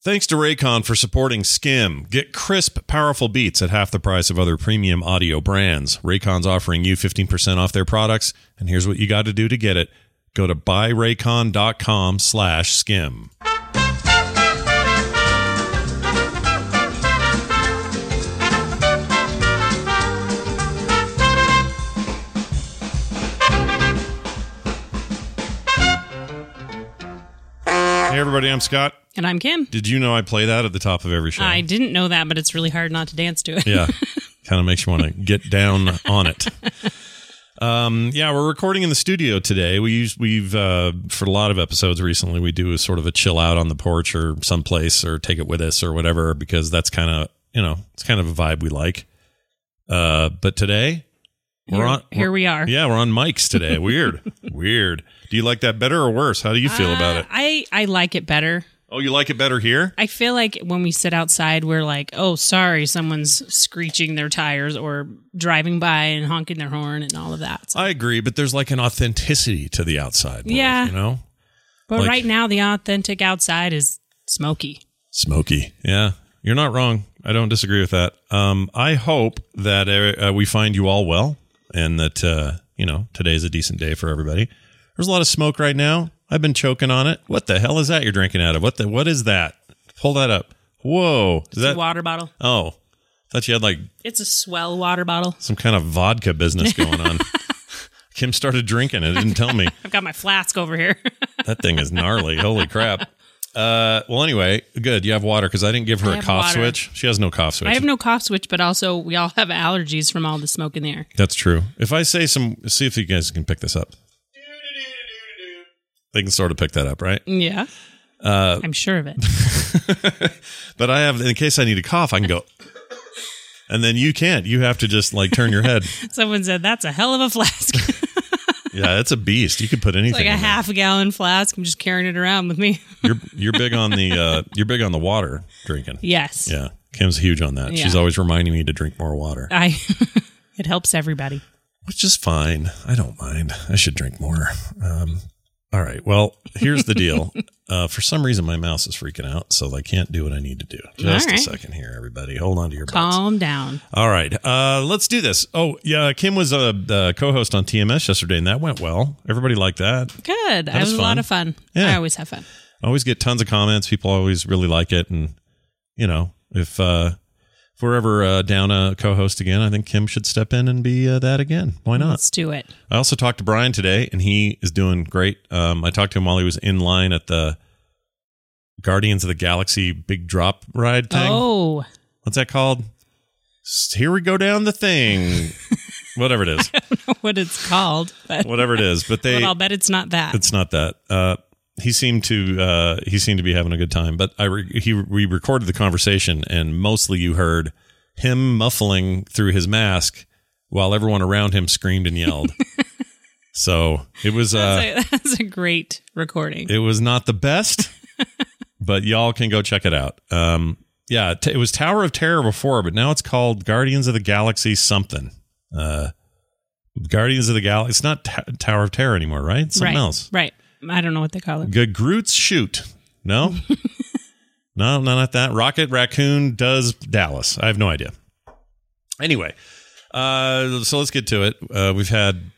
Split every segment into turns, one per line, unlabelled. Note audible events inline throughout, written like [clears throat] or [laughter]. Thanks to Raycon for supporting Skim. Get crisp, powerful beats at half the price of other premium audio brands. Raycon's offering you 15% off their products, and here's what you got to do to get it. Go to buyraycon.com slash skim. Hey everybody, I'm Scott.
And I'm Kim.
Did you know I play that at the top of every show?
I didn't know that, but it's really hard not to dance
[laughs]
to it. [laughs]
Yeah. kind of makes you want to get down on it. Um, yeah, we're recording in the studio today. We use, we've uh, for a lot of episodes recently, we do a sort of a chill out on the porch or someplace or take it with us or whatever because that's kind of you know it's kind of a vibe we like. Uh, but today we're
Here-
on
[laughs] here we are.
Yeah, we're on mics today.
[laughs]
Weird, weird. Do you like that better or worse? How do you feel about
Uh,
it?
I, I like it better.
Oh, you like it better here?
I feel like when we sit outside, we're like, oh, sorry, someone's screeching their tires or driving by and honking their horn and all of that. So-
I agree, but there's like an authenticity to the outside. world,
Yeah.
you know,
but
like-
right now, the authentic outside is smoky.
Smoky. Yeah, you're not wrong. I don't disagree with that. Um, I hope that uh, uh, we find you all well and that, uh, you know, today's a decent day for everybody. There's a lot of smoke right now. I've been choking on it. What the hell is that you're drinking out of? What the what is that? Pull that up. Whoa. Is
It's
that
a water bottle.
Oh. Thought you had like
It's a swell water bottle.
some kind of vodka
[laughs]
business going on. Kim started drinking it, didn't tell me.
I've got my flask over here. [laughs]
That thing is gnarly. Holy crap. Uh, well, anyway, good. You have water because I didn't give her
I
a
have
cough
water.
switch. She has no cough switch.
I have no cough switch, but also we all have allergies from all the smoke in the air.
That's true. If I say some, see if you guys can pick this up. They can sort of pick that up, right?
Yeah.
Uh,
I'm sure of it. [laughs]
But I have, in case I need to cough, I can go. And then you can't. You have to just like turn your head.
Someone said, that's a hell of a flask. [laughs]
Yeah, it's a beast. You could put anything.
like a
in there.
half gallon flask. I'm just carrying it around with me. [laughs]
You're you're big on the uh, you're big on the water drinking.
[laughs] Yes.
Yeah, Kim's huge on that. She's
Yeah.
always reminding me to drink more water,
I [laughs] it helps everybody.
which is fine. I don't mind. I should drink more. Um, all right. Well, here's the
[laughs]
deal. Uh, for some reason, my mouse is freaking out, so I can't do what I need to do. Just
All
a
right.
second here, everybody. Hold on to your butts.
Calm down.
All right, uh, let's do this. Oh, yeah, Kim was a, uh co-host on TMS yesterday, and that went well. Everybody liked that.
Good. That it
was
was, a
fun.
lot of fun.
Yeah.
I always have fun.
I always get tons of comments. People always really like it, and you know, if uh, if we're ever uh, down a co-host again, I think Kim should step in and be uh, that again. Why not?
Let's do it.
I also talked to Brian today, and he is doing great. Um, I talked to him while he was in line at the Guardians of the Galaxy big drop ride thing.
Oh, [laughs]
What's that called? S- Here we go down the
[laughs]
thing. Whatever it is.
what it's called, but,
whatever it is. But
but
they,
I'll bet it's not that.
it's not that. Uh, he seemed to uh, he seemed to be having a good time. But I re- he we recorded the conversation, and mostly you heard him muffling through his mask while everyone around him screamed and yelled.
[laughs]
so it was uh,
that's, a, [laughs] that's a great recording.
it was not the best,
[laughs]
but y'all can go check it out. Um, yeah, t- it was Tower of Terror before, but now it's called Guardians of the Galaxy something. Uh, Guardians of the Galaxy. It's not Ta Tower of Terror anymore, right? It's something
right.
else.
Right. I don't know what they call it.
G- Groot's shoot.
[laughs]
No, no, no, not that. Rocket Raccoon does Dallas. I have no idea. Anyway, uh, so let's get to it. Uh, we've had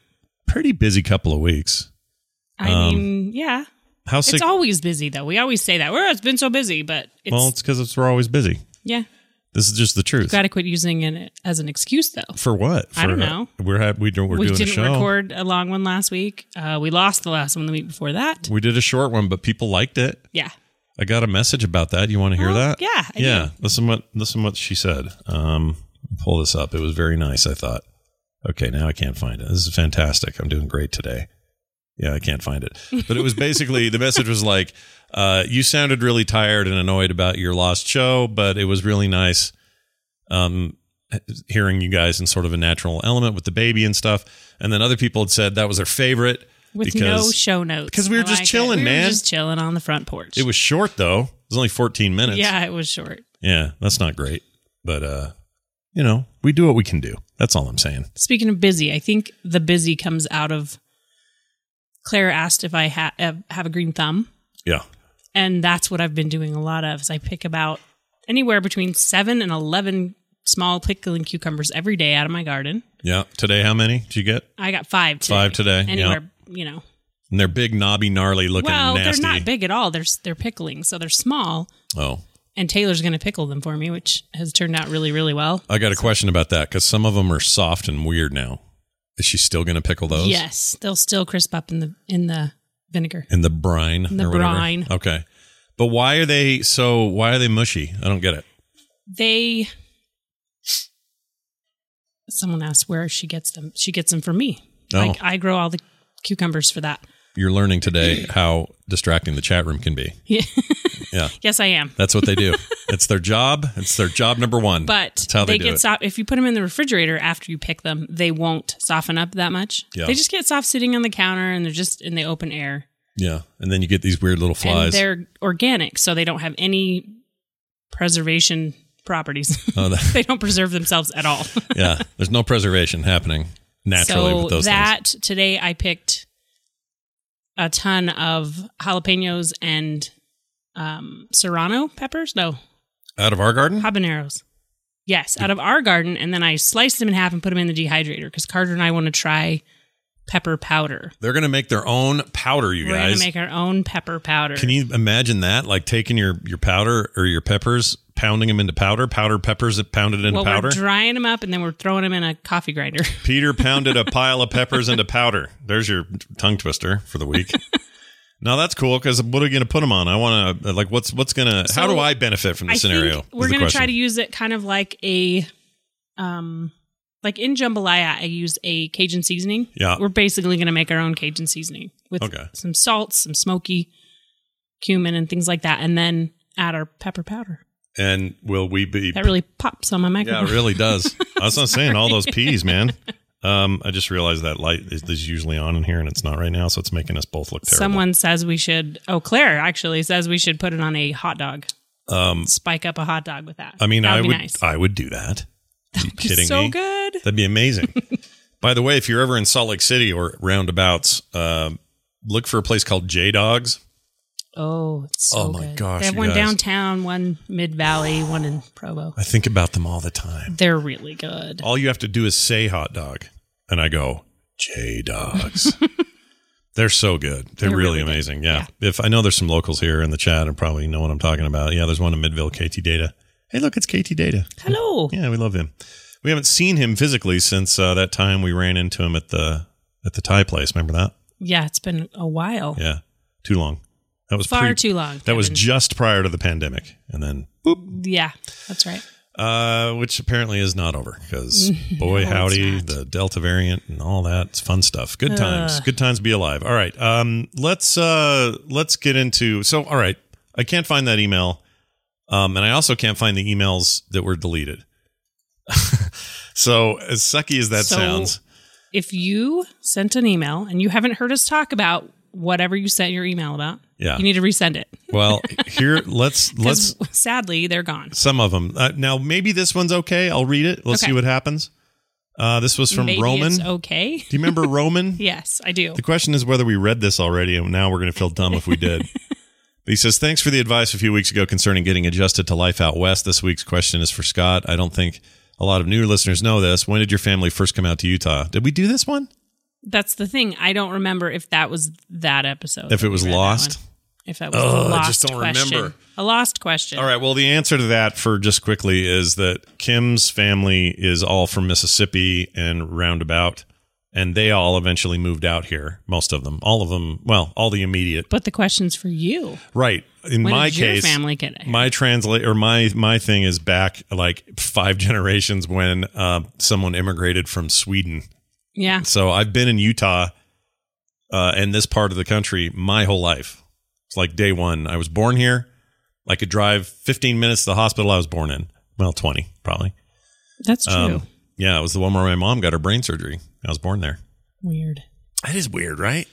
pretty busy couple of weeks.
I
Um,
mean, yeah.
How
It's
sick?
always busy though. We always say that. Well, it's been so busy, but it's
well, it's because we're always busy.
yeah.
This is just the truth.
Got to quit using it as an excuse though.
For what? For,
I don't know.
We're ha- we do, we're
we
doing a
didn't
show.
record a long one last week. Uh, we lost the last one the week before that.
We did a short one, but people liked it.
Yeah.
I got a message about that. You want to hear
Oh,
that?
yeah, I do.
yeah. Listen what listen what she said. Um, pull this up. It was very nice. I thought. Okay, now I can't find it. This is fantastic. I'm doing great today. Yeah, I can't find it. But it was basically the message was like, uh, you sounded really tired and annoyed about your lost show, but it was really nice um, hearing you guys in sort of a natural element with the baby and stuff. And then other people had said that was their favorite
With no show notes.
because we were
I
just
like it.
chilling,
We
man.
were just chilling on the front porch.
it was short though. It was only 14 minutes.
yeah, it was short.
Yeah, that's not great. But uh, you know, we do what we can do. That's all I'm saying.
Speaking of busy, I think the busy comes out of Claire asked if I ha- have, have a uh, green thumb,
Yeah.
And that's what I've been doing a lot of is I pick about anywhere between seven and 11 small pickling cucumbers every day out of my garden.
Yeah. Today, how many did you get?
I got five today.
Five today, yeah.
Anywhere, you know.
And they're big, knobby, gnarly looking
Well,
nasty.
they're not big at all. They're, s- they're pickling. So they're small.
Oh.
And Taylor's going to pickle them for me, which has turned out really, really well.
I got a question about that because some of them are soft and weird now. Is she still going to pickle those?
Yes, they'll still crisp up in the in the vinegar.
In the brine.
In the
or whatever?
brine.
Okay. But why are they so? Why are they mushy? I don't get it.
They. Someone asked where she gets them. She gets them from me.
Oh.
Like I grow all the cucumbers for that. [laughs]
You're learning
[clears throat]
today how distracting the chat room can be.
Yeah.
Yeah.
yes, I am.
That's what they
[laughs]
do. it's their job. It's their job number one.
But
That's how they, do
get
it.
soft. If you put them in the refrigerator after you pick them, they won't soften up that much.
Yeah.
They just get soft sitting on the counter and they're just in the open air.
yeah. And then you get these weird little
And
flies.
they're organic, so they don't have any preservation properties. [laughs]
Oh, that-
they don't preserve themselves at all.
yeah. There's no preservation happening [laughs] naturally
so
with those things.
that today I picked a ton of jalapenos and um, serrano peppers. No,
Out of our garden?
habaneros. Yes,
Mm.
out of our garden, and then I sliced them in half and put them in the dehydrator because Carter and I want to try pepper powder.
They're going to make their own powder, you
We're gonna
guys.
make our own pepper powder.
Can you imagine that? Like taking your, your powder or your peppers, pounding them into powder, powder peppers that pounded into
well,
powder.
we're drying them up and then we're throwing them in a coffee grinder.
Peter pounded
[laughs]
a pile of peppers into powder. There's your tongue twister for the week. now that's cool because what are you going to put them on? I want to like what's what's going to how
So,
do I benefit from the
I
scenario?
Think we're
is the
gonna try
question.
to use it kind of like a, um, like in jambalaya, I use a Cajun seasoning.
Yeah.
we're basically gonna make our own Cajun seasoning with
Okay.
some salts, some smoky cumin, and things like that, and then add our pepper powder.
and will we be?
That really pops on my [laughs]
yeah,
microphone.
it really does. I was not saying all those peas, man. Um, I just realized that light is, is usually on in here and it's not right now, so it's making us both look terrible.
Someone says we should. Oh, Claire actually says we should put it on a hot dog.
um,
Spike up a hot dog with that.
I mean,
That
I
be
would
nice. [laughs]
I would do that. Are you kidding
so
me?
good.
That'd be amazing.
[laughs]
By the way, if you're ever in Salt Lake City or roundabouts, um, look for a place called J Dogs.
Oh, it's so
Oh my
good.
gosh,
They have
you
one
guys.
downtown, one mid valley, one in Provo.
I think about them all the time.
They're really good.
All you have to do is say hot dog, and I go, J Dogs. They're so good. They're,
They're
really,
really good.
amazing. Yeah. If I know there's some locals here in the chat and probably know what I'm talking about. Yeah, there's one in Midville, KT Data. Hey, look, it's KT Data.
Hello.
Yeah, we love him. We haven't seen him physically since uh, that time we ran into him at the at the Thai place. Remember that?
Yeah, it's been a while.
Yeah. Too long. That was
Far
pre-
too long.
That was
Kevin.
just prior to the pandemic, and then boop,
yeah, that's right.
uh, which apparently is not over
[laughs]
because boy
No, it's
howdy,
not.
the Delta variant and all that. It's fun stuff. Good times. Good times. to Be alive. All right. Um, let's uh, let's get into. So, all right, I can't find that email, um, and I also can't find the emails that were deleted. [laughs] so, as sucky as that
So-
sounds,
If you sent an email and you haven't heard us talk about whatever you sent your email about,
Yeah.
you need to resend it. [laughs]
well, here let's let's
'Cause [laughs] sadly, they're gone.
Some of them. Uh, now, maybe this one's okay. I'll read it. Let's
Okay.
see what happens. Uh, this was from
Maybe
Roman.
It's
Do
okay. [laughs]
you remember Roman?
Yes, I do.
The question is whether we read this already, and now we're going to feel dumb if we did. [laughs] But he says, Thanks for the advice a few weeks ago concerning getting adjusted to life out west. This week's question is for Scott. I don't think a lot of new listeners know this. When did your family first come out to Utah? Did we do this one?
That's the thing. I don't remember if that was that episode.
If it
that
was
we read that
lost?
one. If that was
Ugh,
a
I
lost
just don't
question.
remember.
A lost question.
All right. Well, the answer to that, for just quickly, is that Kim's family is all from Mississippi and roundabout, and they all eventually moved out here. Most of them, all of them. Well, all the immediate.
But the question's for you.
Right. In
When
my
did your
case,
family get here?
my translate or my my thing is back like five [laughs] generations when uh, someone immigrated from Sweden.
Yeah.
So I've been in Utah uh, and this part of the country my whole life. It's like day one. I was born here. I could drive 15 minutes to the hospital I was born in. Well, 20 probably.
That's true.
Um, yeah, it was the one where my mom got her brain surgery. I was born there.
Weird.
That is weird, right?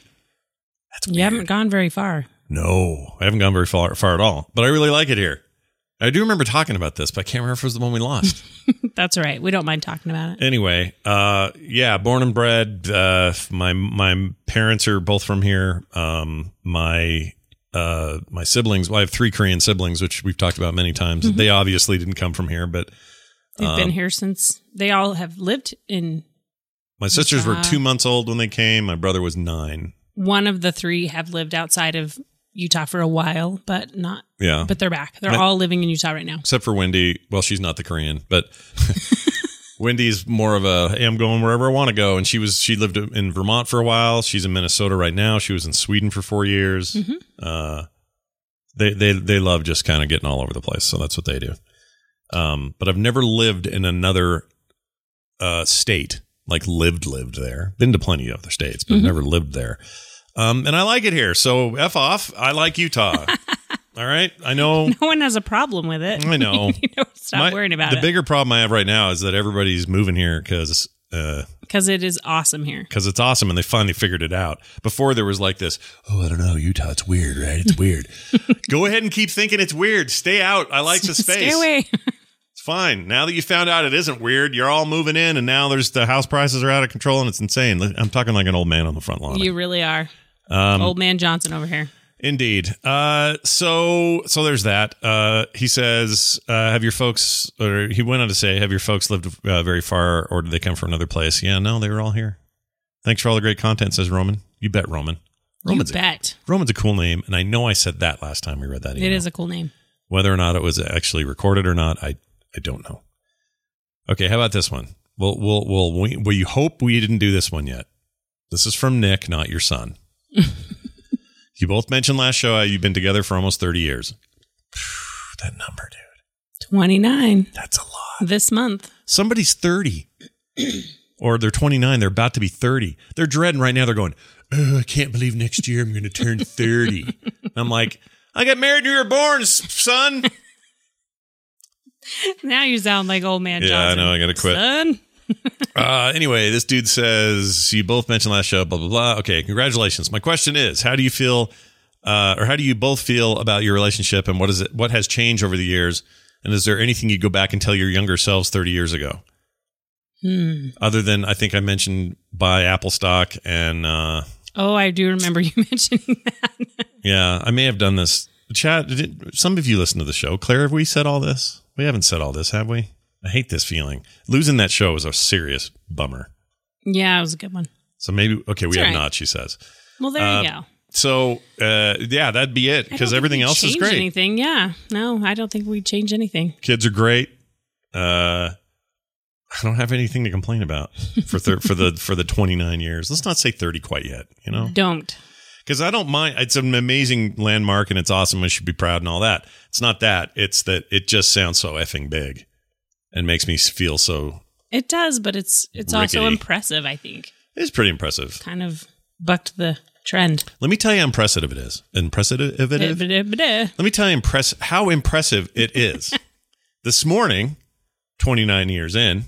That's
You haven't gone very far.
No, I haven't gone very far, far at all, but I really like it here. I do remember talking about this, but I can't remember if it was the one we lost.
That's all right. We don't mind talking about it.
anyway, uh, yeah, born and bred. Uh, my my parents are both from here. Um, my uh, my siblings. Well, I have three Korean siblings, which we've talked about many times. They obviously didn't come from here, but
They've been
um,
here since they all have lived in
my sisters were
Ah.
two months old when they came. My brother was nine.
one of the three have lived outside of Utah for a while, but not
Yeah.
but they're back. They're
Right.
all living in Utah right now. [laughs]
except for Wendy. Well, she's not the Korean, but [laughs] Wendy's more of a hey, I'm going wherever I want to go. And she was she lived in Vermont for a while. She's in Minnesota right now. She was in Sweden for four years.
Mhm.
Uh, they they they love just kind of getting all over the place, so that's what they do. Um, but I've never lived in another uh, state like lived lived there. Been to plenty of other states, but
Mhm.
never lived there. Um, and I like it here, so f off. I like Utah. all right, I know
[laughs] No one has a problem with it.
I know.
[laughs] you know, stop
My-
worrying about
the
it
bigger problem I have right now is that everybody's moving here because
because it is awesome here.
it's awesome and they finally figured it out. Before there was like this, oh, I don't know, Utah, it's weird, right? It's
[laughs]
weird. Go ahead and keep thinking it's weird. Stay out. I like
[laughs]
the space.
Stay away.
It's fine. Now that you found out it isn't weird, you're all moving in, and now there's the house prices are out of control and it's insane. Li- I'm talking like an old man on the front lawn.
You really are
um,
old man Johnson over here.
Indeed. Uh, so so there's that. Uh, he says, uh, "Have your folks?" Or he went on to say, "Have your folks lived uh, very far, or did they come from another place?" Yeah, no, they were all here. Thanks for all the great content, says Roman. You bet, Roman. Roman's
you bet
A, Roman's a cool name, and I know I said that last time we read that. Email.
it is a cool name.
Whether or not it was actually recorded or not, I I don't know. Okay, how about this one? Well, we'll we'll we, well, you hope we didn't do this one yet. This is from Nick, not your [laughs] son. you both mentioned last show how you've been together for almost thirty years. that number, dude,
Twenty nine
that's a lot.
this month. [laughs]
Somebody's [clears throat] thirty, or they're twenty nine. They're about to be thirty. They're dreading right now. They're going, oh, I can't believe next year I'm going to turn [laughs] thirty. I'm like, I got married when you were born, s- son.
Now you sound like old man
Yeah, I
Johnson.
know, I gotta quit.
Son,
Uh, anyway, this dude says you both mentioned last show, blah blah blah. Okay, congratulations. My question is, how do you feel, uh, or how do you both feel about your relationship, and what is it? What has changed over the years? And is there anything you go back and tell your younger selves thirty years ago,
Hmm.
other than I think I mentioned buy Apple stock, and uh,
Oh, I do remember you [laughs] mentioning that.
yeah, I may have done this. Chat, did, some of you listen to the show. Claire, have we said all this? We haven't said all this, have we? I hate this feeling. Losing that show is a serious bummer.
yeah, it was a good one.
So maybe okay, we
It's all
have
right.
not. She says.
Well, there
Uh,
you go.
So uh, yeah, that'd be it
I don't
because
think
everything
we
else is
changed
great.
Anything? Yeah. No, I don't think we change anything.
Kids are great. Uh, I don't have anything to complain about for thir- for the for the twenty nine years. Let's not say thirty quite yet, you know,
Don't.
because I don't mind. It's an amazing landmark and it's awesome. We should be proud and all that. It's not that. It's that it just sounds so effing big, and makes me feel so.
It does, but it's it's also
Rickety.
impressive. I think
It's pretty impressive.
kind of bucked the trend.
Let me tell you how impressive it is. Impressive it is.
Ba-da-ba-da.
Let me tell you impress how impressive it is. this morning, 29 years in,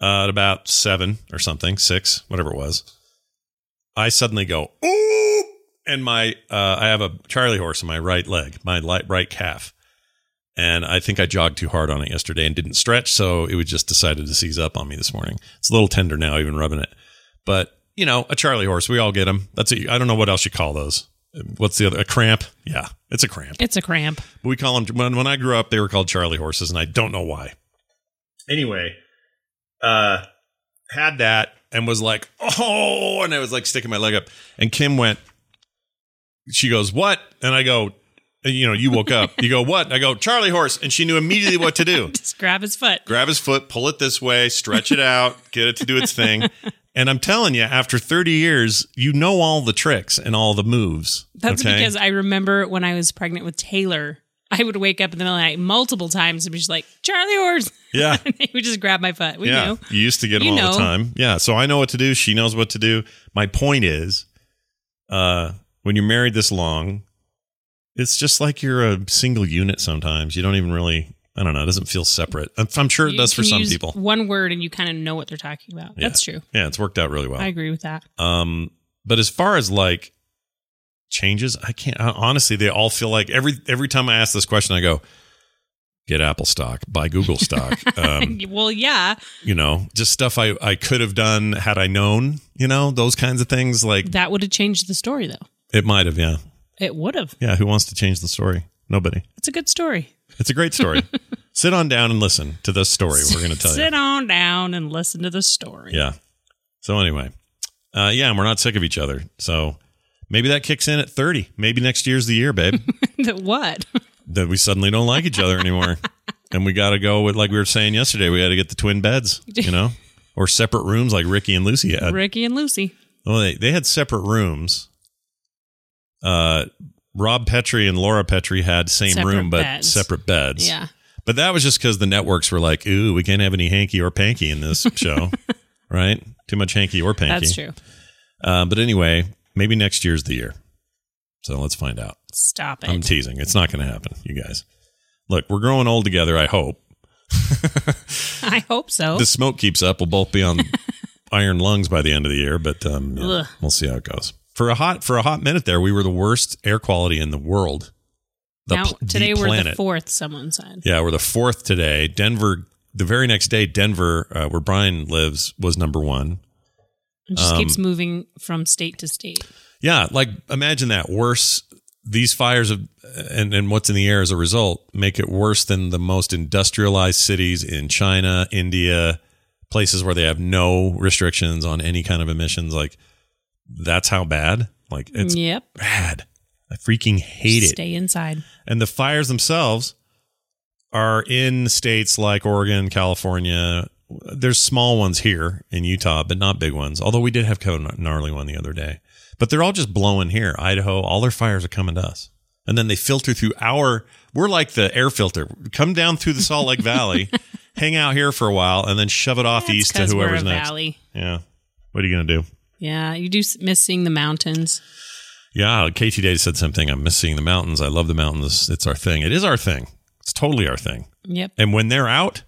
uh, at about seven or something, six, whatever it was, I suddenly go, ooh, and my uh, I have a Charlie horse in my right leg, my li- right calf, and I think I jogged too hard on it yesterday and didn't stretch, so it was just decided to seize up on me this morning. It's a little tender now, even rubbing it, but you know, a Charlie horse, we all get them. That's it. I don't know what else you call those. What's the other? A cramp? Yeah, it's a cramp.
It's a cramp.
But we call them when, when I grew up, they were called Charlie horses, and I don't know why. Anyway, uh, had that and was like, oh, and I was like sticking my leg up, and Kim went, she goes, what? And I go, you know, you woke up, you go, what? I go, Charlie horse, and she knew immediately what to do
Just grab his foot.
grab his foot, pull it this way, stretch it out, get it to do its thing. And I'm telling you, after 30 years, you know all the tricks and all the moves.
That's
okay?
because I remember when I was pregnant with Taylor, I would wake up in the middle of the night multiple times and be just like Charlie horse.
yeah,
[laughs] and he would just grab my foot. We
yeah,
knew.
you used to get them
You
all
know.
the time. Yeah, so I know what to do. She knows what to do. My point is, uh, when you're married this long, it's just like you're a single unit. Sometimes you don't even really. I don't know. It doesn't feel separate. I'm, I'm sure it
You
does for
can
some
use
people.
One word and you kind of know what they're talking about.
Yeah.
That's true.
Yeah, it's worked out really well.
I agree with that.
Um, but as far as like changes, I can't I- honestly. They all feel like every every time I ask this question, I go, "Get Apple stock, buy Google
[laughs]
stock." Um,
well, yeah,
you know, just stuff I I could have done had I known. You know, those kinds of things. Like
that would have changed the story though.
it might have, yeah.
It would have.
Yeah, who wants to change the story? Nobody.
It's a good story.
It's a great
[laughs]
story. Sit on down and listen to this story. We're going to tell you.
Sit on down and listen to the story.
Yeah. So anyway, uh, yeah, and we're not sick of each other. So maybe that kicks in at 30. Maybe next year's the year,
[laughs]
babe,
The what?
that we suddenly don't like each other anymore. And we got to go with, like we were saying yesterday, we got to get the twin beds, you know, or separate rooms like Ricky and Lucy had.
Ricky and Lucy.
Well, they, they had separate rooms. Uh, Rob Petrie and Laura Petrie had same
Separate
room, but
beds.
separate beds.
Yeah.
But that was just because the networks were like, ooh, we can't have any hanky or panky in
[laughs]
this show, right? Too much hanky or panky.
That's true.
Uh, but anyway, maybe next year's the year. So let's find out.
Stop it. [laughs]
I'm teasing. It's not going to happen, you guys. Look, we're growing old together, I hope.
I hope so.
The smoke keeps up. We'll both be
[laughs]
on iron lungs by the end of the year, but um, yeah,
Ugh.
we'll see how it goes. For a hot for a hot minute there, we were the worst air quality in the world. The
now,
pl- the
today we're the
planet.
fourth, someone said.
Yeah, we're the fourth today. Denver, the very next day, Denver, uh, where Brian lives, was number one.
It just
Um,
keeps moving from state to state.
Yeah, like imagine that. Worse, these fires of, and and what's in the air as a result make it worse than the most industrialized cities in China, India, places where they have no restrictions on any kind of emissions. Like that's how bad. Like it's
yep.
bad. I freaking hate it.
Stay inside.
And the fires themselves are in states like Oregon, California. There's small ones here in Utah, but not big ones. Although we did have kind of a gnarly one the other day. But they're all just blowing here. Idaho, all their fires are coming to us. And then they filter through our we're like the air filter. Come down through the Salt Lake Valley, [laughs] hang out here for a while, and then shove it off
That's
east to
'cause
whoever's
we're a
next.
valley.
Yeah. What are you gonna do?
Yeah, you do s- miss seeing the mountains.
Yeah, KT Day said something. I'm missing the mountains. I love the mountains. It's our thing. It is our thing. It's totally our thing.
Yep.
And when they're out,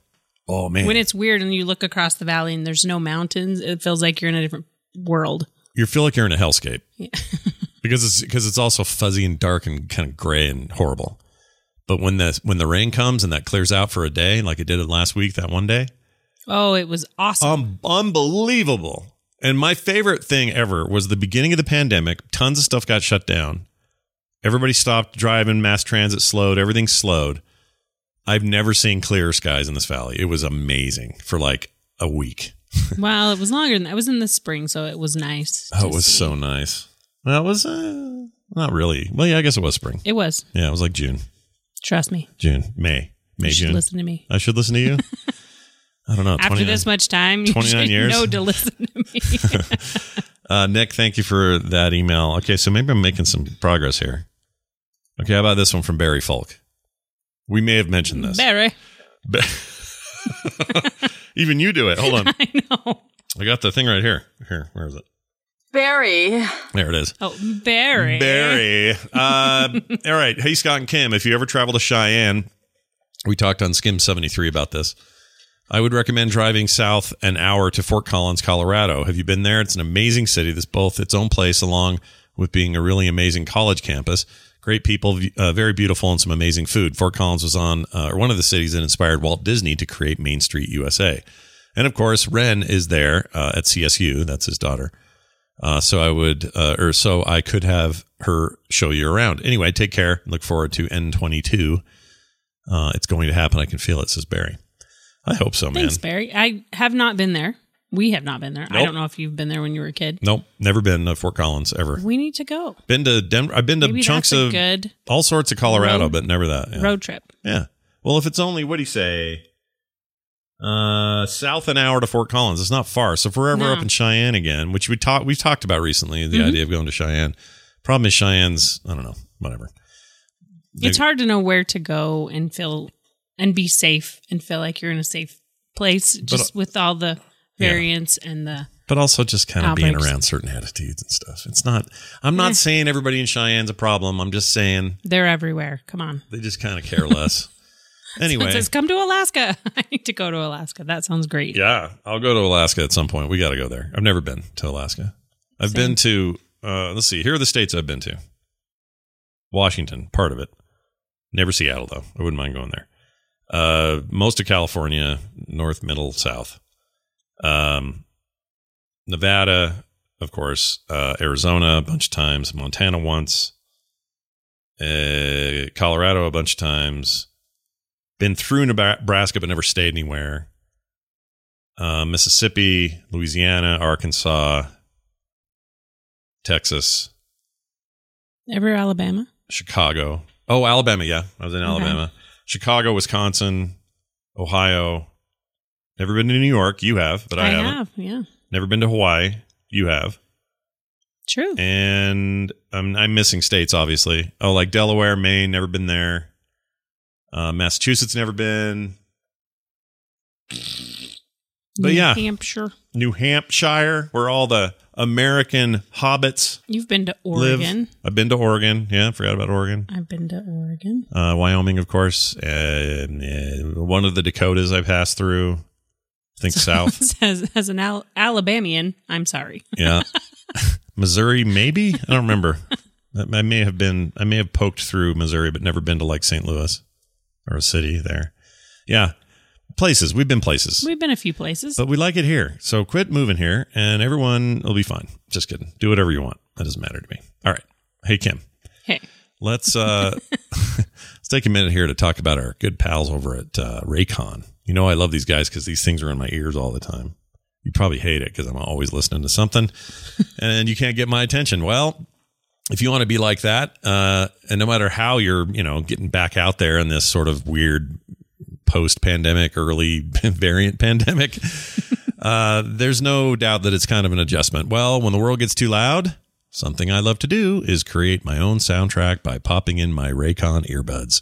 oh man,
When it's weird and you look across the valley and there's no mountains, it feels like you're in a different world.
you feel like you're in a hellscape [laughs] because it's because it's also fuzzy and dark and kind of gray and horrible. But when the when the rain comes and that clears out for a day, like it did it last week, that one day,
Oh, it was awesome.
um, unbelievable. And my favorite thing ever was the beginning of the pandemic. Tons of stuff got shut down. Everybody stopped driving. Mass transit slowed. Everything slowed. I've never seen clearer skies in this valley. It was amazing for like a week.
well, it was longer than I was in the spring, so it was nice.
Oh,
to
it was
see.
so nice. That was uh, not really. Well, yeah, I guess it was spring.
It was.
Yeah, it was like June,
Trust me.
June, May, May,
you should
June.
listen to me.
I should listen to
[laughs]
you. I don't know.
After
29.
this much time, you
29
should
years.
know to listen to
[laughs]
me.
uh, Nick, thank you for that email. Okay, so maybe I'm making some progress here. Okay, how about this one from Barry Falk? We may have mentioned this.
Barry.
[laughs] Even you do it. Hold
[laughs]
on,
I know.
I got the thing right here. Here, where is it?
Barry.
There it is.
Oh, Barry.
Barry. Uh, all right. Hey, Scott and Kim, if you ever travel to Cheyenne, we talked on Skim 73 about this. I would recommend driving south an hour to Fort Collins, Colorado. Have you been there? It's an amazing city that's both its own place, along with being a really amazing college campus. Great people, v- uh, very beautiful, and some amazing food. Fort Collins was on, uh, or one of the cities that inspired Walt Disney to create Main Street USA. And of course, Ren is there uh, at CSU. That's his daughter. Uh, so I would, uh, or so I could have her show you around. Anyway, take care. Look forward to N22. Uh, it's going to happen. I can feel it, says Barry. I hope so, oh, man.
Thanks, Barry. I have not been there. We have not been there. I
Nope.
don't know if you've been there when you were a kid.
Nope, never been to Fort Collins ever.
We need to go.
Been to Denver. I've been to
Maybe
chunks
that's a
of
good
all sorts of Colorado,
road-
but never that. Yeah.
road trip.
Yeah. Well, if it's only what do you say? Uh, south an hour to Fort Collins. It's not far. So if we're ever
No.
up in Cheyenne again, which we talked we've talked about recently, the
Mhm.
idea of going to Cheyenne. Problem is Cheyenne's I don't know, whatever.
It's hard to know where to go and feel and be safe and feel like you're in a safe place just with all the variants and the
But also just kind of being
Outbreaks.
around certain attitudes and stuff. It's not I'm not
Eh.
saying everybody in Cheyenne's a problem. I'm just saying
they're everywhere. Come on.
they just kind of care
[laughs]
less.
It
anyway.
says come to Alaska. [laughs] I need to go to Alaska. That sounds great.
Yeah, I'll go to Alaska at some point. We got to go there. I've never been to Alaska. I've
Same.
been to uh, let's see. Here are the states I've been to. Washington, part of it. Never Seattle though. I wouldn't mind going there. Uh, most of California, north, middle, south. Um, Nevada, of course. Uh, Arizona a bunch of times. Montana once. uh, Colorado a bunch of times. Been through Nebraska, but never stayed anywhere. Uh, Mississippi, Louisiana, Arkansas, Texas,
Ever Alabama?
Chicago. Oh, Alabama. Yeah, I was in
Okay.
Alabama. Chicago, Wisconsin, Ohio. Never been to New York. You have, but I, haven't.
have, yeah.
Never been to Hawaii. You have.
True.
and I'm, I'm missing states obviously oh like delaware maine never been there uh, massachusetts never been but
New
yeah.
Hampshire.
new hampshire where all the american hobbits
You've been to Oregon.
live i've been to oregon yeah forgot about oregon
I've been to Oregon. [laughs]
uh, wyoming of course uh, uh, one of the dakotas i passed through i think
[laughs]
south
as, as an Al- Alabamian, I'm sorry.
yeah missouri maybe i don't remember I I may have been i may have poked through missouri but never been to like st louis or a city there yeah places we've been places
We've been a few places.
but we like it here so quit moving here and everyone will be fine just kidding do whatever you want that doesn't matter to me all right hey kim
Hey,
let's uh [laughs] let's take a minute here to talk about our good pals over at uh, raycon you know i love these guys because these things are in my ears all the time you probably hate it because i'm always listening to something and you can't get my attention well if you want to be like that uh and no matter how you're you know getting back out there in this sort of weird post-pandemic early [laughs] variant pandemic uh, there's no doubt that it's kind of an adjustment. Well, when the world gets too loud, something I love to do is create my own soundtrack by popping in my Raycon earbuds.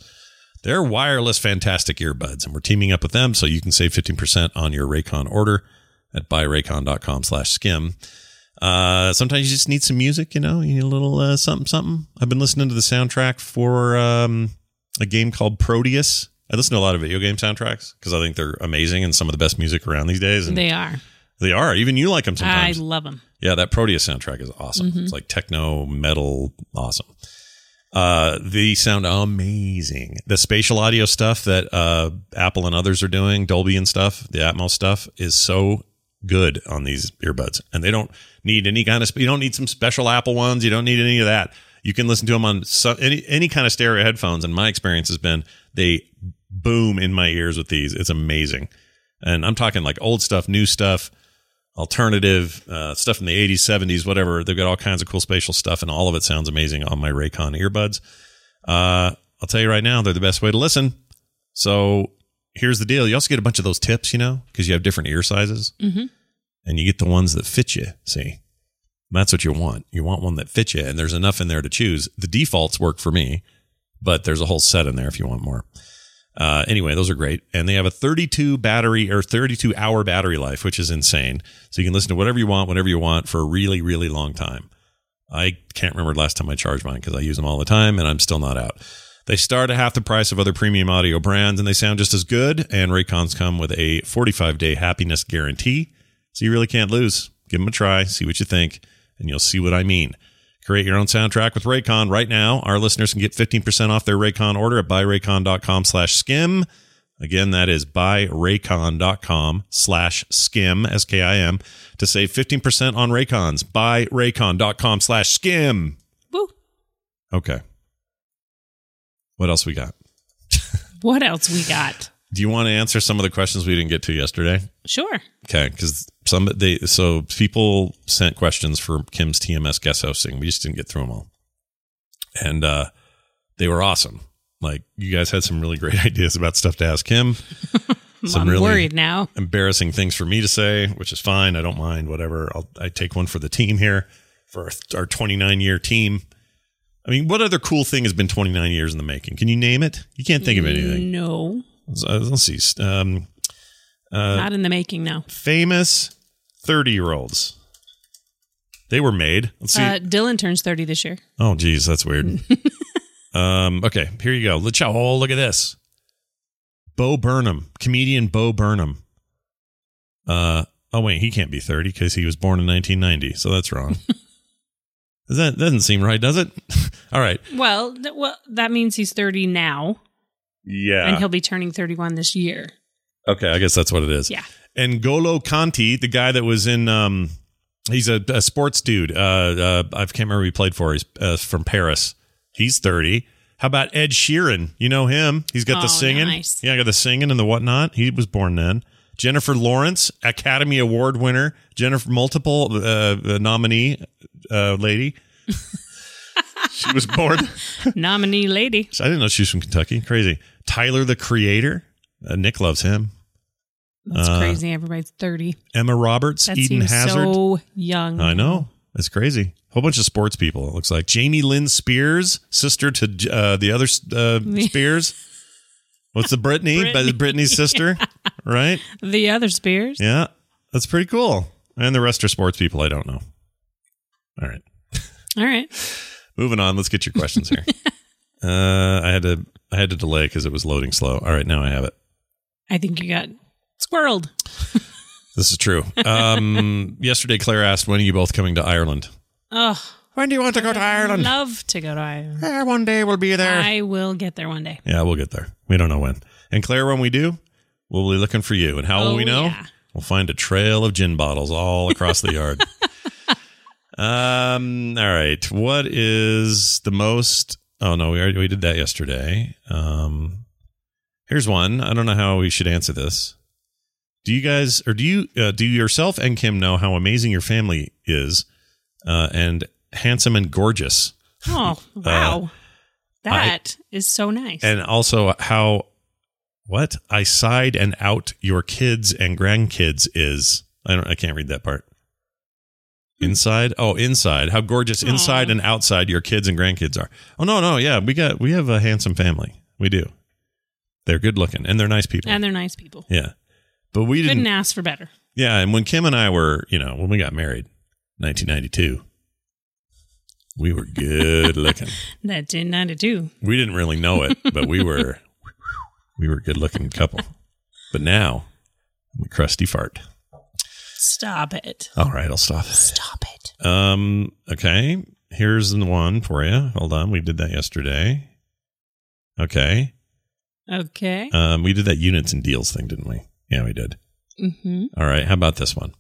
They're wireless, fantastic earbuds, and we're teaming up with them so you can save 15% on your Raycon order at buyraycon.com slash skim. Uh, sometimes you just need some music, you know, you need a little uh, something, something. I've been listening to the soundtrack for um, a game called Proteus. I listen to a lot of video game soundtracks because I think they're amazing and some of the best music around these days. And
they are.
they are. Even you like them sometimes.
I love them.
yeah, that Proteus soundtrack is awesome. It's like techno, metal, awesome. Uh, they sound amazing. The spatial audio stuff that uh, Apple and others are doing, Dolby and stuff, the Atmos stuff, is so good on these earbuds. And they don't need any kind of, sp- you don't need some special Apple ones. You don't need any of that. You can listen to them on so, any, any kind of stereo headphones. And my experience has been they boom in my ears with these. It's amazing. And I'm talking like old stuff, new stuff alternative uh, stuff from the 80s, 70s, whatever. They've got all kinds of cool spatial stuff, and all of it sounds amazing on my Raycon earbuds. Uh, I'll tell you right now, they're the best way to listen. So here's the deal: you also get a bunch of those tips, you know, because you have different ear sizes,
Mhm.
and you get the ones that fit you. See, that's what you want. You want one that fits you, and there's enough in there to choose. The defaults work for me, but there's a whole set in there if you want more. Uh, anyway, those are great, and they have a 32 battery or 32 hour battery life, which is insane. So you can listen to whatever you want, whenever you want, for a really, really long time. I can't remember the last time I charged mine because I use them all the time, and I'm still not out. They start at half the price of other premium audio brands, and they sound just as good. And Raycons come with a 45 day happiness guarantee, so you really can't lose. Give them a try, see what you think, and you'll see what I mean. Create your own soundtrack with Raycon right now. Our listeners can get 15% off their Raycon order at buyraycon.com slash skim. Again, that is buyraycon.com slash skim, S-K-I-M, to save 15% on Raycons. Buyraycon.com slash skim.
Woo.
Okay. What else we got?
What else we got?
Do you want to answer some of the questions we didn't get to yesterday?
Sure.
Okay, because some they so people sent questions for Kim's TMS guest hosting. We just didn't get through them all, and uh, they were awesome. Like you guys had some really great [laughs] ideas about stuff to ask Kim. Some
I'm
really-
worried now.
Embarrassing things for me to say, which is fine. I don't mind. Whatever. I'll I take one for the team here for our, our 29 year team. I mean, what other cool thing has been 29 years in the making? Can you name it? You can't think of
Mm.
anything.
No,
So, let's see. Um, Uh,
not in the making now.
famous 30 year olds. They were made. Let's see.
Uh, Dylan turns 30 this year.
oh, geez, that's weird. um, okay, here you go. Look, oh, look at this. Bo Burnham, comedian Bo Burnham. Uh, oh, wait, he can't be 30 because he was born in 1990, so that's wrong. Does that doesn't seem right, does it? [laughs] All right.
Well, th- well, that means he's 30 now,
Yeah.
and he'll be turning 31 this year.
Okay, I guess that's what it is.
Yeah.
And Golo Conti, the guy that was in, um, he's a, a sports dude. Uh, uh, I can't remember who he played for. He's uh, from Paris. He's 30. How about Ed Sheeran? You know him. He's got
Oh,
the singing.
nice.
Yeah, I got the singing and the whatnot. He was born then. Jennifer Lawrence, Academy Award winner, Jennifer multiple uh, uh, nominee uh,
[laughs]
lady. she was born.
Nominee lady.
I didn't know she was from Kentucky. Crazy. Tyler the Creator. Uh, Nick loves him.
That's
Uh,
crazy. Everybody's 30.
Emma Roberts,
That
Eden
seems
Hazard.
so young.
I know. It's crazy. Whole bunch of sports people. It looks like Jamie Lynn Spears, sister to uh, the other uh, Spears. What's the Brittany? But Brittany's sister, right?
The other Spears.
Yeah, that's pretty cool. And the rest are sports people. I don't know. All right,
All right.
moving on. Let's get your questions here. uh, I had to I had to delay because it was loading slow. All right, now I have it.
I think you got squirreled.
This is true. Um, yesterday, Claire asked, "When are you both coming to Ireland?"
Oh,
When do you want to go to Ireland?
love to go to Ireland.
"Eh, one day we'll be there.
I will get there one day.
Yeah, we'll get there. We don't know when. And Claire, when we do, we'll be looking for you. And how will
Oh,
we know?
yeah.
We'll find a trail of gin bottles all across the
[laughs]
yard. Um. All right. What is the most? Oh no, we already we did that yesterday. Um. Here's one. I don't know how we should answer this. Do you guys, or do you, uh, do yourself and Kim know how amazing your family is, uh, and handsome and gorgeous?
Oh, wow. That is so nice.
Uh, and also how what I side and out your kids and grandkids is I don't I can't read that part. Inside, oh, inside, how gorgeous
Hmm. Aw.
inside and outside your kids and grandkids are. Oh no, no, yeah, we got we have a handsome family. We do. They're good looking and they're nice people.
and they're nice people.
yeah, but we didn't.
Couldn't ask for better.
Yeah, and when Kim and I were, you know, when we got married, 1992, we were good looking.
That did not do.
We didn't really know it, but we were we were a good looking couple. But now I'm a crusty fart.
Stop it.
All right, I'll stop.
Stop it.
Um, okay. Here's the one for you. Hold on, we did that yesterday. Okay.
Okay.
Um, we did that units and deals thing, didn't we? Yeah, we did.
hmm
All right. How about this one?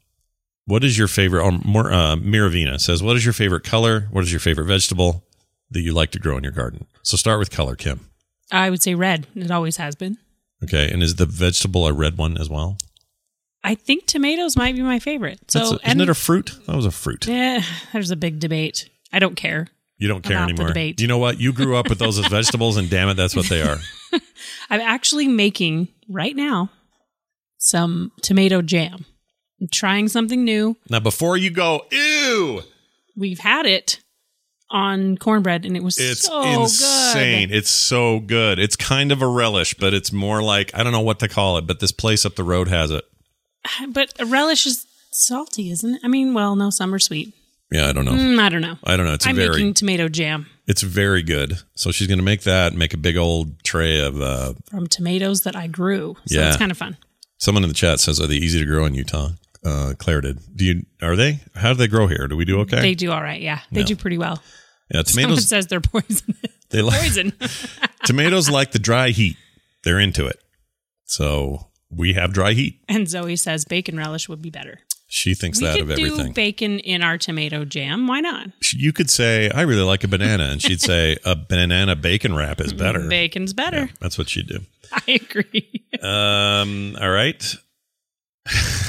What is your favorite? Or more, uh, Miravina says, "What is your favorite color? What is your favorite vegetable that you like to grow in your garden?" So start with color, Kim.
I would say red. It always has been.
Okay, and is the vegetable a red one as well?
I think tomatoes might be my favorite. So,
That's a- isn't
and
it a fruit? That was a fruit.
[laughs] eh, there's a big debate. I don't care.
You don't care
About the
anymore.
debate.
You know what? You grew up with
[laughs]
those as vegetables, and damn it, that's what they are.
I'm actually making right now some tomato jam. I'm trying something new.
Now, before you go, ew,
We've had it on cornbread and it was
it's
so
insane.
good.
It's so good. It's kind of a relish, but it's more like I don't know what to call it. But this place up the road has it.
But a relish is salty, isn't it? I mean, well, no, some are sweet.
Yeah, I don't know.
Mm, I don't know.
I don't know. It's
I'm
very,
making tomato jam
it's very good. So she's gonna make that, make a big old tray of. uh
from tomatoes that I grew. So
Yeah.
it's kind of fun.
Someone in the chat says, "Are they easy to grow in Utah?" Uh, Claire did. Do you? Are they? How do they grow here? Do we do okay?
They do all right. Yeah. They do pretty well. [laughs]
yeah,
Someone
tomatoes.
says they're poison. [laughs]
They like.
poison.
tomatoes like the dry heat. They're into it. So we have dry heat.
and Zoe says bacon relish would be better.
She thinks
we
that
could
of
do
everything.
bacon in our tomato jam. Why not?
She- you could say, I really like a banana. And she'd say, a banana bacon wrap is better.
Bacon's
Yeah,
better.
that's what she'd do.
[laughs] I agree.
Um, all right. [laughs]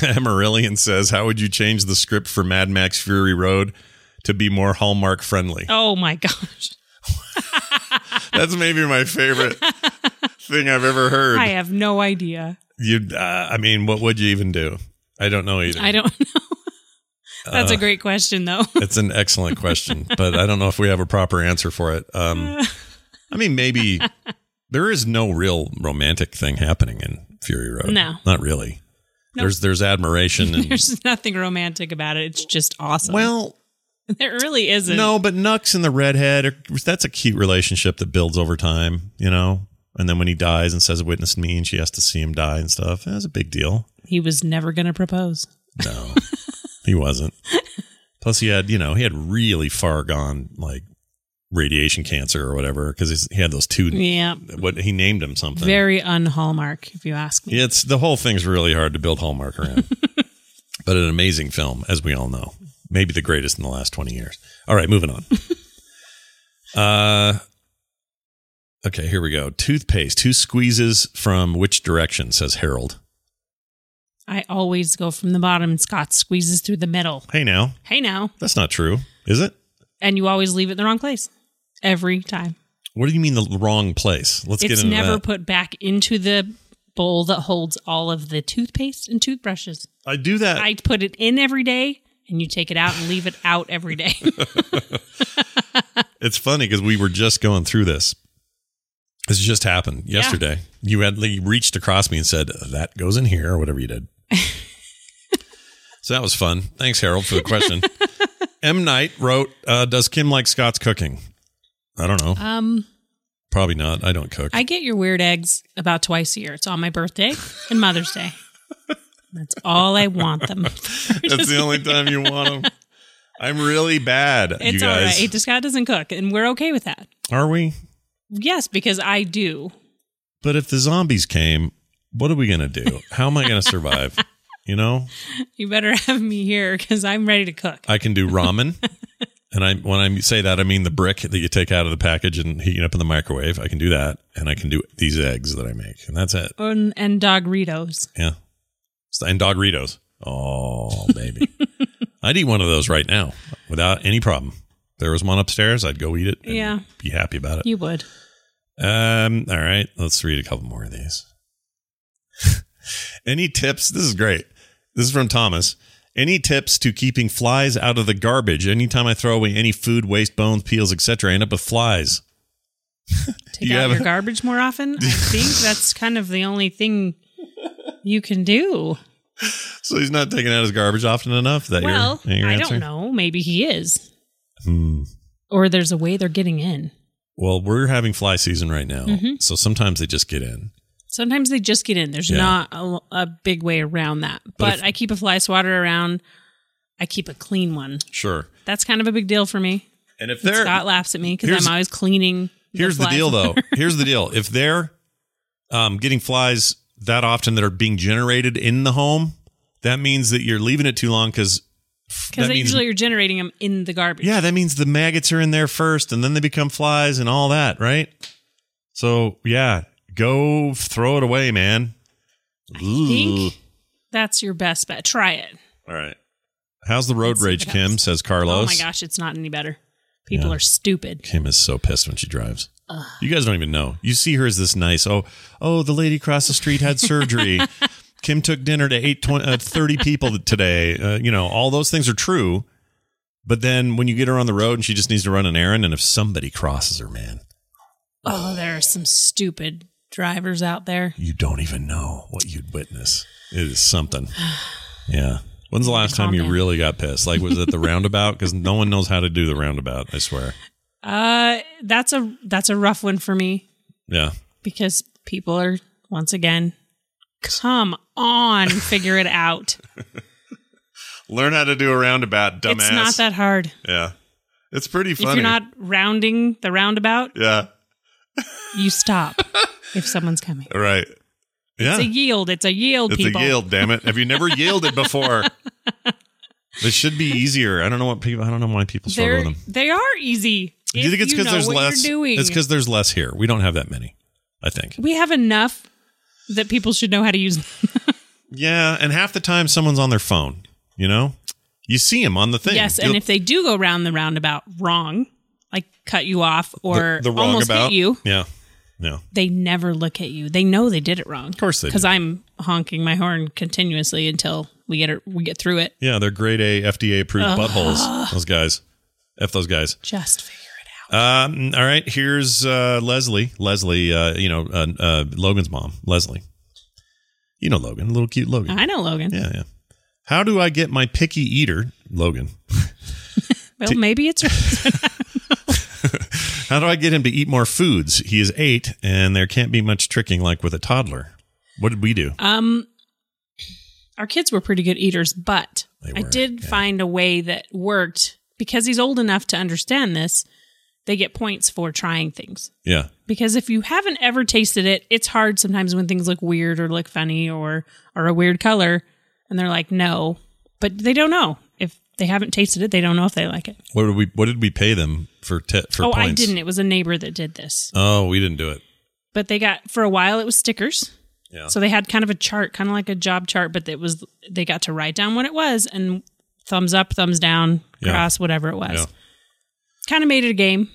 Amarillion says, How would you change the script for Mad Max Fury Road to be more Hallmark
[laughs]
friendly?
Oh my gosh.
That's maybe my favorite
[laughs]
thing I've ever heard.
I have no idea.
you, uh, I mean, what would you even do? I don't know either.
I don't [laughs] know.
Uh,
That's a great question though.
It's an excellent question, but I don't know if we have a proper answer for it. Um, I mean, maybe there is no real romantic thing happening in Fury Road.
No.
not really.
Nope.
There's there's admiration and
[laughs] There's nothing romantic about it. It's just awesome.
well,
[laughs] there really isn't.
no, but Nux and the redhead are, that's a cute relationship that builds over time, you know. And then when he dies and says, "Witness me," and she has to see him die and stuff, that's a big deal.
He was never going to propose.
No, he wasn't. Plus, he had you know he had really far gone like radiation cancer or whatever because he had those two.
Yeah.
What he named him something.
Very unhallmark, if you ask me.
it's the whole thing's really hard to build hallmark
[laughs]
around, but an amazing film as we all know, maybe the greatest
[laughs]
in the last twenty years. All right, moving on. uh, Okay, here we go. Toothpaste. Two squeezes from which direction? Says Harold.
I always go from the bottom and Scott squeezes through the middle.
Hey, now
Hey now.
that's not true, is it?
And you always leave it in the wrong place. Every time.
What do you mean the wrong place? Let's get
it's
into
never
that.
put back into the bowl that holds all of the toothpaste and toothbrushes.
I do that.
I put it in every day and you take it out and leave it out every day.
[laughs] It's funny because we were just going through this. This just happened yesterday. You had you reached across me and said, That goes in here, or whatever you did.
[laughs]
so that was fun. Thanks, Harold, for the
[laughs]
question. M. Knight wrote, uh, Does Kim like Scott's cooking? I don't know.
um
Probably not. I don't cook.
I get your weird eggs about twice a year. It's on my birthday and Mother's Day. That's all I
[laughs]
want them.
That's the only time you want
[laughs]
them. I'm really bad, you
It's all
guys.
right. Scott doesn't cook, and we're okay with that.
Are we?
Yes, because I do.
But if the zombies came, what are we going to do? How am I going to survive? you know?
You better [laughs] have me here because I'm ready to cook.
I can do ramen. and I when I say that I mean the brick that you take out of the package and heat up in the microwave. I can do that and I can do these eggs that I make. And that's it.
and, and Dogritos.
Yeah. And Dogritos. Oh, baby. I'd eat one of those right now without any problem. There was one upstairs, I'd go eat it and
Yeah.
be happy about it.
You would.
Um all right, let's read a couple more of these. [laughs] any tips? This is great. This is from Thomas. Any tips to keeping flies out of the garbage? Anytime I throw away any food, waste, bones, peels, etc., I end up with flies.
Take
You
out
have-
your garbage
[laughs]
more often. I think that's kind of the only thing you can do.
So he's not taking out his garbage often enough. That your-
Well,
your
I
answer?
don't know. Maybe he is.
Hmm.
Or there's a way they're getting in.
Well, we're having fly season right now,
Mm-hmm.
so sometimes they just get in.
Sometimes they just get in. There's
Yeah.
not a, a big way around that. But,
if-
I keep a fly swatter around. I keep a clean one.
Sure.
That's kind of a big deal for me.
And if
And
they're
Scott laughs at me because
here's-
I'm always cleaning.
here's the
fly
deal, though.
swatter. [laughs]
Here's the deal. If they're um, getting flies that often that are being generated in the home, that means that you're leaving it too long because
Because usually you're generating them in the garbage.
Yeah, that means the maggots are in there first and then they become flies and all that, right? So, yeah, go throw it away, man. Ooh.
think that's your best bet. Try it.
All right. How's the road
Let's see
rage,
what
Kim?
else.
Says Carlos.
Oh my gosh, it's not any better. People
Yeah.
are stupid.
Kim is so pissed when she drives. You guys don't even know. You see her as this nice. Oh, oh, the lady across the street had
[laughs]
surgery. Kim took dinner to eight twenty uh, thirty people today. Uh, you know, all those things are true. But then when you get her on the road and she just needs to run an errand, and if somebody crosses her, man,
Oh, there are some stupid drivers out there.
you don't even know what you'd witness. It is
[sighs]
something. Yeah. When's the last
Calm
time you
down.
really got pissed? Like, was
[laughs]
it the roundabout? Because no one knows how to do the roundabout. I swear.
Uh, that's a that's a rough one for me
Yeah.
because people are once again, come on, figure it out.
Learn how to do a roundabout, [laughs] dumbass.
It's not that hard.
Yeah. It's pretty
If you're not rounding the roundabout,
yeah. [laughs]
you stop if someone's coming.
All right. Yeah.
It's a yield. It's a yield, people.
damn it. Have you
[laughs]
never yielded before? This should be easier. I don't know what people I don't know why people struggle
They're,
with them.
they are easy.
Do you
if
think it's
know
because there's
what
less
You're doing.
It's because there's less here. We don't have that many, I think.
we have enough that people should know how to use them.
Yeah, and half the time someone's on their phone, you know? You see them on the thing.
Yes, and
You'll-
if they do go round the roundabout wrong, like cut you off or
the, the wrong
almost
about
hit you,
Yeah. Yeah.
they never look at you. They know they did it wrong. Of
course they do.
Because I'm honking my horn continuously until we get it, we get through it.
Yeah, they're grade A FDA approved buttholes. Those guys. F those guys.
Just figure it out.
Um, all right, here's uh, Leslie. Leslie, uh, you know, uh, uh, Logan's mom, Leslie. You know Logan, little cute Logan.
I know, Logan.
Yeah, yeah. How do I get my picky eater, Logan?
well,
[laughs]
maybe it's
How do I get him to eat more foods? He is eight, and there can't be much tricking like with a toddler. What did we do?
Um, our kids were pretty good eaters, but
They
I
were,
did
yeah.
find a way that worked because he's old enough to understand this. They get points for trying things
yeah,
because if you haven't ever tasted it, it's hard sometimes when things look weird or look funny or are a weird color, and they're like, "No," but they don't know if they haven't tasted it. They don't know if they like it.
What did we What did we pay them for? Te- for
oh, I
points?
didn't. It was a neighbor that did this.
Oh, we didn't do it.
But they got for a while it was stickers.
Yeah.
So they had kind of a chart, kind of like a job chart, but it was they got to write down what it was and thumbs up, thumbs down,
Yeah.
cross, whatever it was.
Yeah.
Kind of made it a game.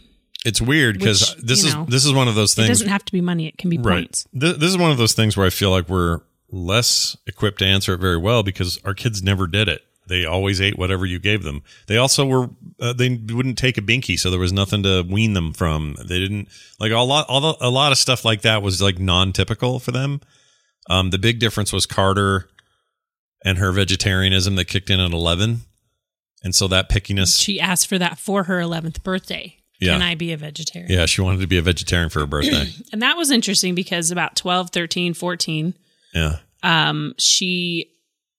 It's weird because
Which,
this
you
is
know,
this is one of those
It
things.
doesn't have to be money; it can be points.
Th- This, is one of those things where I feel like we're less equipped to answer it very well because our kids never did it. They always ate whatever you gave them. They also were uh, they wouldn't take a binky, so there was nothing to wean them from. They didn't like a lot. All the, a lot of stuff like that was like non-typical for them. Um, the big difference was Carter and her vegetarianism that kicked in at eleven, and so that pickiness.
She asked for that for her eleventh birthday.
Yeah.
Can I be a vegetarian?
yeah, she wanted to be a vegetarian for her birthday.
And that was interesting because about 12, 13, 14,
yeah,
um, she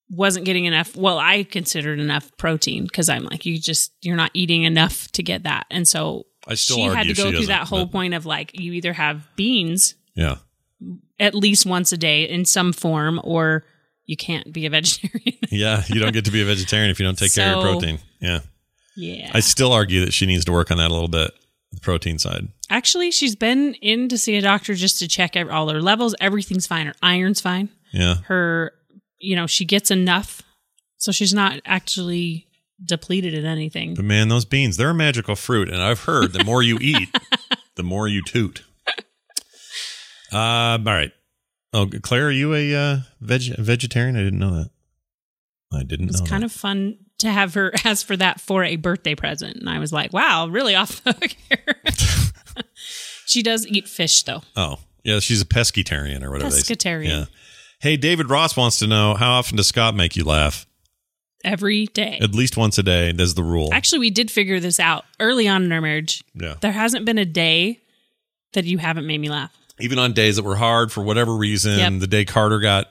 wasn't getting enough. Well, I considered enough protein because I'm like, you just, you're not eating enough to get that. And so
I still
she
argue
had to
she
go through
doesn't,
that whole
but-
point of like, you either have beans
yeah.
at least once a day in some form, or you can't be a [laughs] vegetarian.
Yeah, you don't get to be a vegetarian if you don't take care of your
So-
protein. Yeah.
yeah.
I still argue that she needs to work on that a little bit, the protein side.
Actually, she's been in to see a doctor just to check ev- all her levels. Everything's fine. Her iron's fine.
Yeah.
her you know she gets enough so she's not actually depleted in anything
But man, those beans, they're a magical fruit. And I've heard the more you eat, the more you toot. Uh, all right. Oh, Claire, are you a uh, veg- vegetarian? I didn't know that. I didn't
it was
know.
kind of fun to have her [laughs] ask for that for a birthday present and i was like wow really off the hook here [laughs] she does eat fish though
Oh, yeah. She's a pescatarian or whatever. they say.
pescatarian
Yeah. Hey, David Ross wants to know how often does Scott make you laugh?
every day
At least once a day. That's the rule.
actually we did figure this out early on in our marriage
yeah.
there hasn't been a day that you haven't made me laugh
even on days that were hard for whatever reason.
Yep.
The day Carter got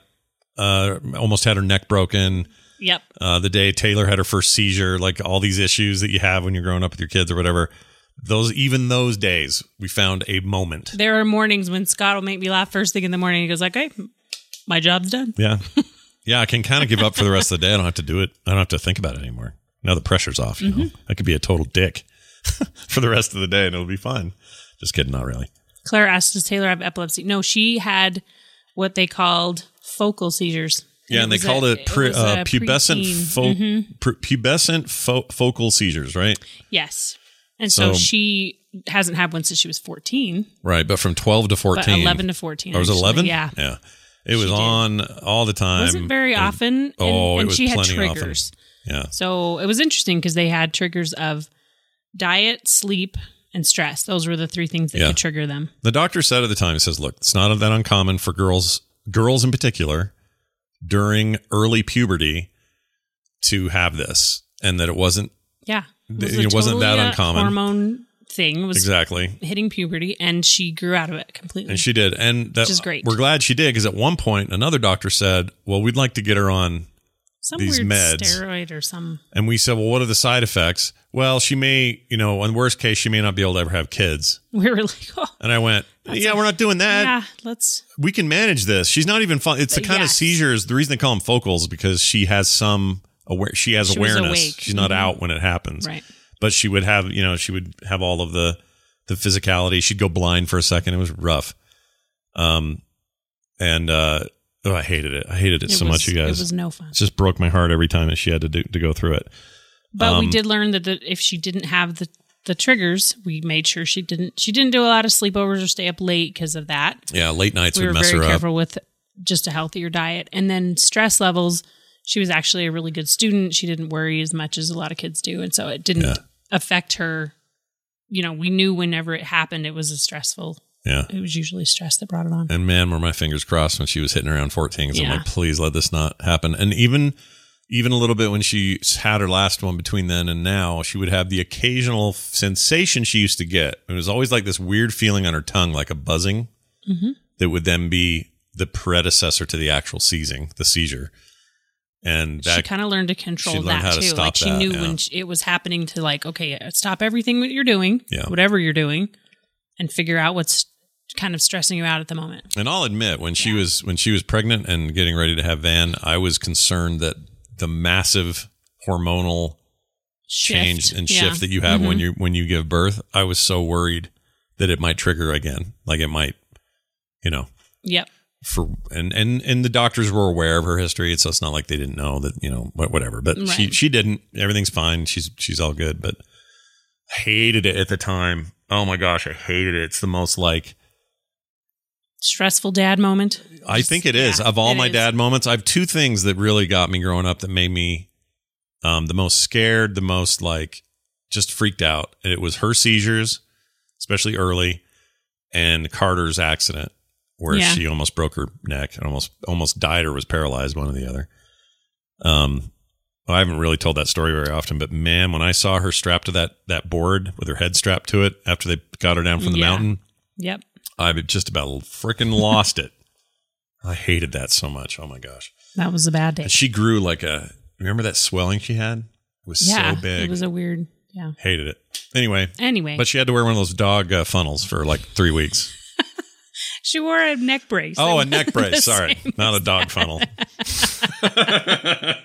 uh, almost had her neck broken.
yep
Uh, the day Taylor had her first seizure, like all these issues that you have when you're growing up with your kids or whatever. Those even those days, we found a moment.
there are mornings when scott will make me laugh first thing in the morning he goes like hey my job's done [laughs]
Yeah, yeah. I can kind of give up for the rest of the day. I don't have to do it. I don't have to think about it anymore. Now the pressure's off. You know,
Mm-hmm.
I could be a total dick [laughs] for the rest of the day, and it'll be fun. Just kidding, not really.
Claire asked, "Does Taylor have epilepsy?" No, she had what they called focal seizures.
Yeah, and they
was
called
a-
it, pre,
was
uh,
a
pubescent
preteen. Mm-hmm.
fo- pu- pubescent fo- focal seizures, right?
yes, and so,
So-
she hasn't had one since she was fourteen,
Right, but from 12 to 14.
but eleven to fourteen.
Or was it
actually.
11?
Yeah,
Yeah. It was
did.
on all the time.
wasn't very
And-
often. And,
oh, it
and
was
she had
plenty often.
triggers.
Yeah.
So it was interesting because they had triggers of diet, sleep, and stress. Those were the three things that
Yeah.
could trigger them.
The doctor said at the time, he says, look, it's not that uncommon for girls, girls in particular, during early puberty to have this and that it wasn't
Yeah, it,
Th-
a
it wasn't that
uh,
uncommon.
Hormone thing It was
exactly.
hitting puberty, and she grew out of it completely.
And she did. And that,
Which is great.
we're glad she did because at one point another doctor said, well, we'd like to get her on
some
these
weird
meds.
steroid or some [laughs]
And we said, well, what are the side effects? Well, she may, you know, in worst case, she may not be able to ever have kids.
we were like oh
And I went, yeah, we're not doing that.
yeah let's
We can manage this. She's not even fun. It's the kind of
Yes.
seizures. The reason they call them focals is because she has some aware. She has
She was
awareness.
awake. Mm-hmm.
She's not out when it happens.
right
But she would have, you know, she would have all of the the physicality. She'd go blind for a second. It was rough. Um, and uh, oh, I hated it. I hated it, so
was,
much, you guys.
it was no fun
it just broke my heart every time that she had to do, to go through it.
but we
um,
did learn that the, if she didn't have the the triggers we made sure she didn't she didn't do a lot of sleepovers or stay up late because of that
Yeah, late nights
we
would
were
mess her
very
up.
careful with just a healthier diet and then stress levels she was actually a really good student she didn't worry as much as a lot of kids do and so it didn't
Yeah.
affect her you know we knew whenever it happened it was a stressful
Yeah.
it was usually stress that brought it on
And man, were my fingers crossed when she was hitting around 14. 'cause I'm
Yeah.
like, please let this not happen. And even, even a little bit when she had her last one between then and now, she would have the occasional sensation she used to get. It was always like this weird feeling on her tongue, like a buzzing
Mm-hmm.
that would then be the predecessor to the actual seizing, the seizure. And
she
that,
kind of learned to control
she learned
that
how to
too.
stop
like she
that,
knew
yeah.
when sh it was happening to like, okay, uh, stop everything that you're doing,
Yeah.
whatever you're doing, and figure out what's kind of stressing you out at the moment.
and I'll admit when she was, when she was pregnant and getting ready to have Van, I was concerned that the massive hormonal change
Shift,
and
yeah. Mm-hmm.
shift that you have when you when you give birth, I was so worried that it might trigger again. Like it might, you know,
Yep.
for and and and the doctors were aware of her history, so it's not like they didn't know that you know what whatever. But she
Right.
she didn't. Everything's fine. She's she's all good. But I hated it at the time. Oh my gosh, I hated it. It's the most like
Stressful dad moment.
I think it is
Yeah,
of all
it
my
is.
dad moments. I have two things that really got me growing up that made me um, the most scared, the most like just freaked out. And it was her seizures, especially early, and Carter's accident where
Yeah.
she almost broke her neck and almost almost died or was paralyzed, one or the other. Um, I haven't really told that story very often, but man, when I saw her strapped to that that board with her head strapped to it after they got her down from the
Yeah.
mountain,
Yep.
I just about freaking lost it. I hated that so much. Oh my gosh.
That was a bad day.
And she grew like a remember that swelling she had? It was
yeah.
so big.
It was a weird. Yeah.
hated it. Anyway,
Anyway,
but she had to wear one of those dog uh, funnels for like 3
[laughs]
weeks.
she wore a neck brace.
Oh, a
It
neck
wasn't the
brace, sorry.
same.
Not a dog
[laughs]
funnel. [laughs]
okay.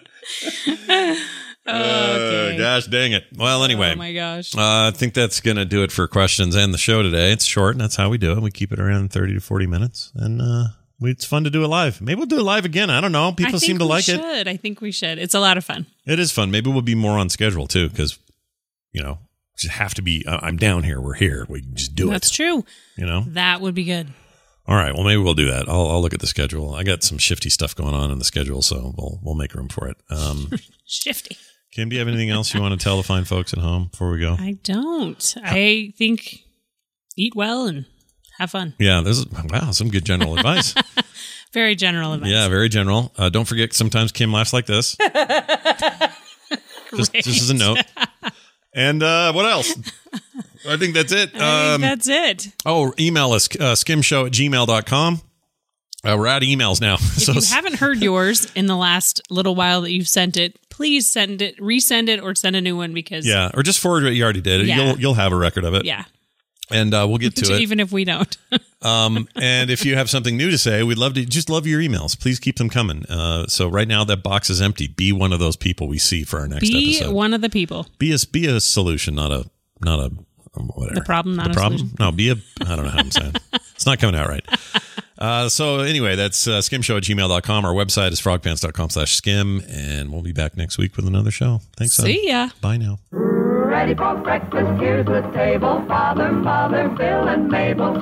Uh, gosh dang it. Well, anyway.
Oh my gosh.
Uh, I think that's going to do it for questions and the show today. It's short, and that's how we do it. We keep it around 30 to 40 minutes, and uh, we, it's fun to do it live. Maybe we'll do it live again. I don't know.
I
People
think
seem to
we
like it.
should. I think we should. It's a lot of fun.
It is fun. Maybe we'll be more on schedule, too, because, you know, we just have to be. I- I'm down here. We're here. We can just do
That's
it.
true.
You know?
That would be good.
All right. Well, maybe we'll do that. I'll, I'll look at the schedule. I got some shifty stuff going on in the schedule, so we'll, we'll make room for it.
[laughs]
Um,
Shifty.
Kim, do you have anything else you want to tell the fine folks at home before we go?
I don't. I think eat well and have fun.
yeah, this is wow, some good general advice.
Very general advice.
Yeah, very general. Uh, don't forget, sometimes Kim laughs like
[laughs]
this. just, just as a note. And uh, what else? I think that's it.
I
Um,
think that's it.
oh, email us, uh, skimshow at gmail.com. Uh, we're out of emails now. [laughs] so
If you haven't heard yours in the last little while that you've sent it, please send it, resend it, or send a new one because
yeah, or just forward what you already did.
Yeah.
You'll you'll have a record of it.
yeah.
And uh, we'll get to it.
[laughs] even if we don't.
Um, and if you have something new to say, we'd love to just love your emails. Please keep them coming. Uh, so right now that box is empty. Be one of those people we see for our next
Be
episode.
one of the people.
be a be a solution, not a not a um, whatever.
The problem, not
the
a
problem.
solution.
No, be a. I don't know how I'm
[laughs]
saying. it's not coming out right. Uh, so anyway, that's uh, skimshow at gmail.com. Our website is frogpants.com slash skim. And we'll be back next week with another show. Thanks. hon.
See ya.
Bye now.
Ready for breakfast, here's the table. Father, Mother, Bill, and Mabel.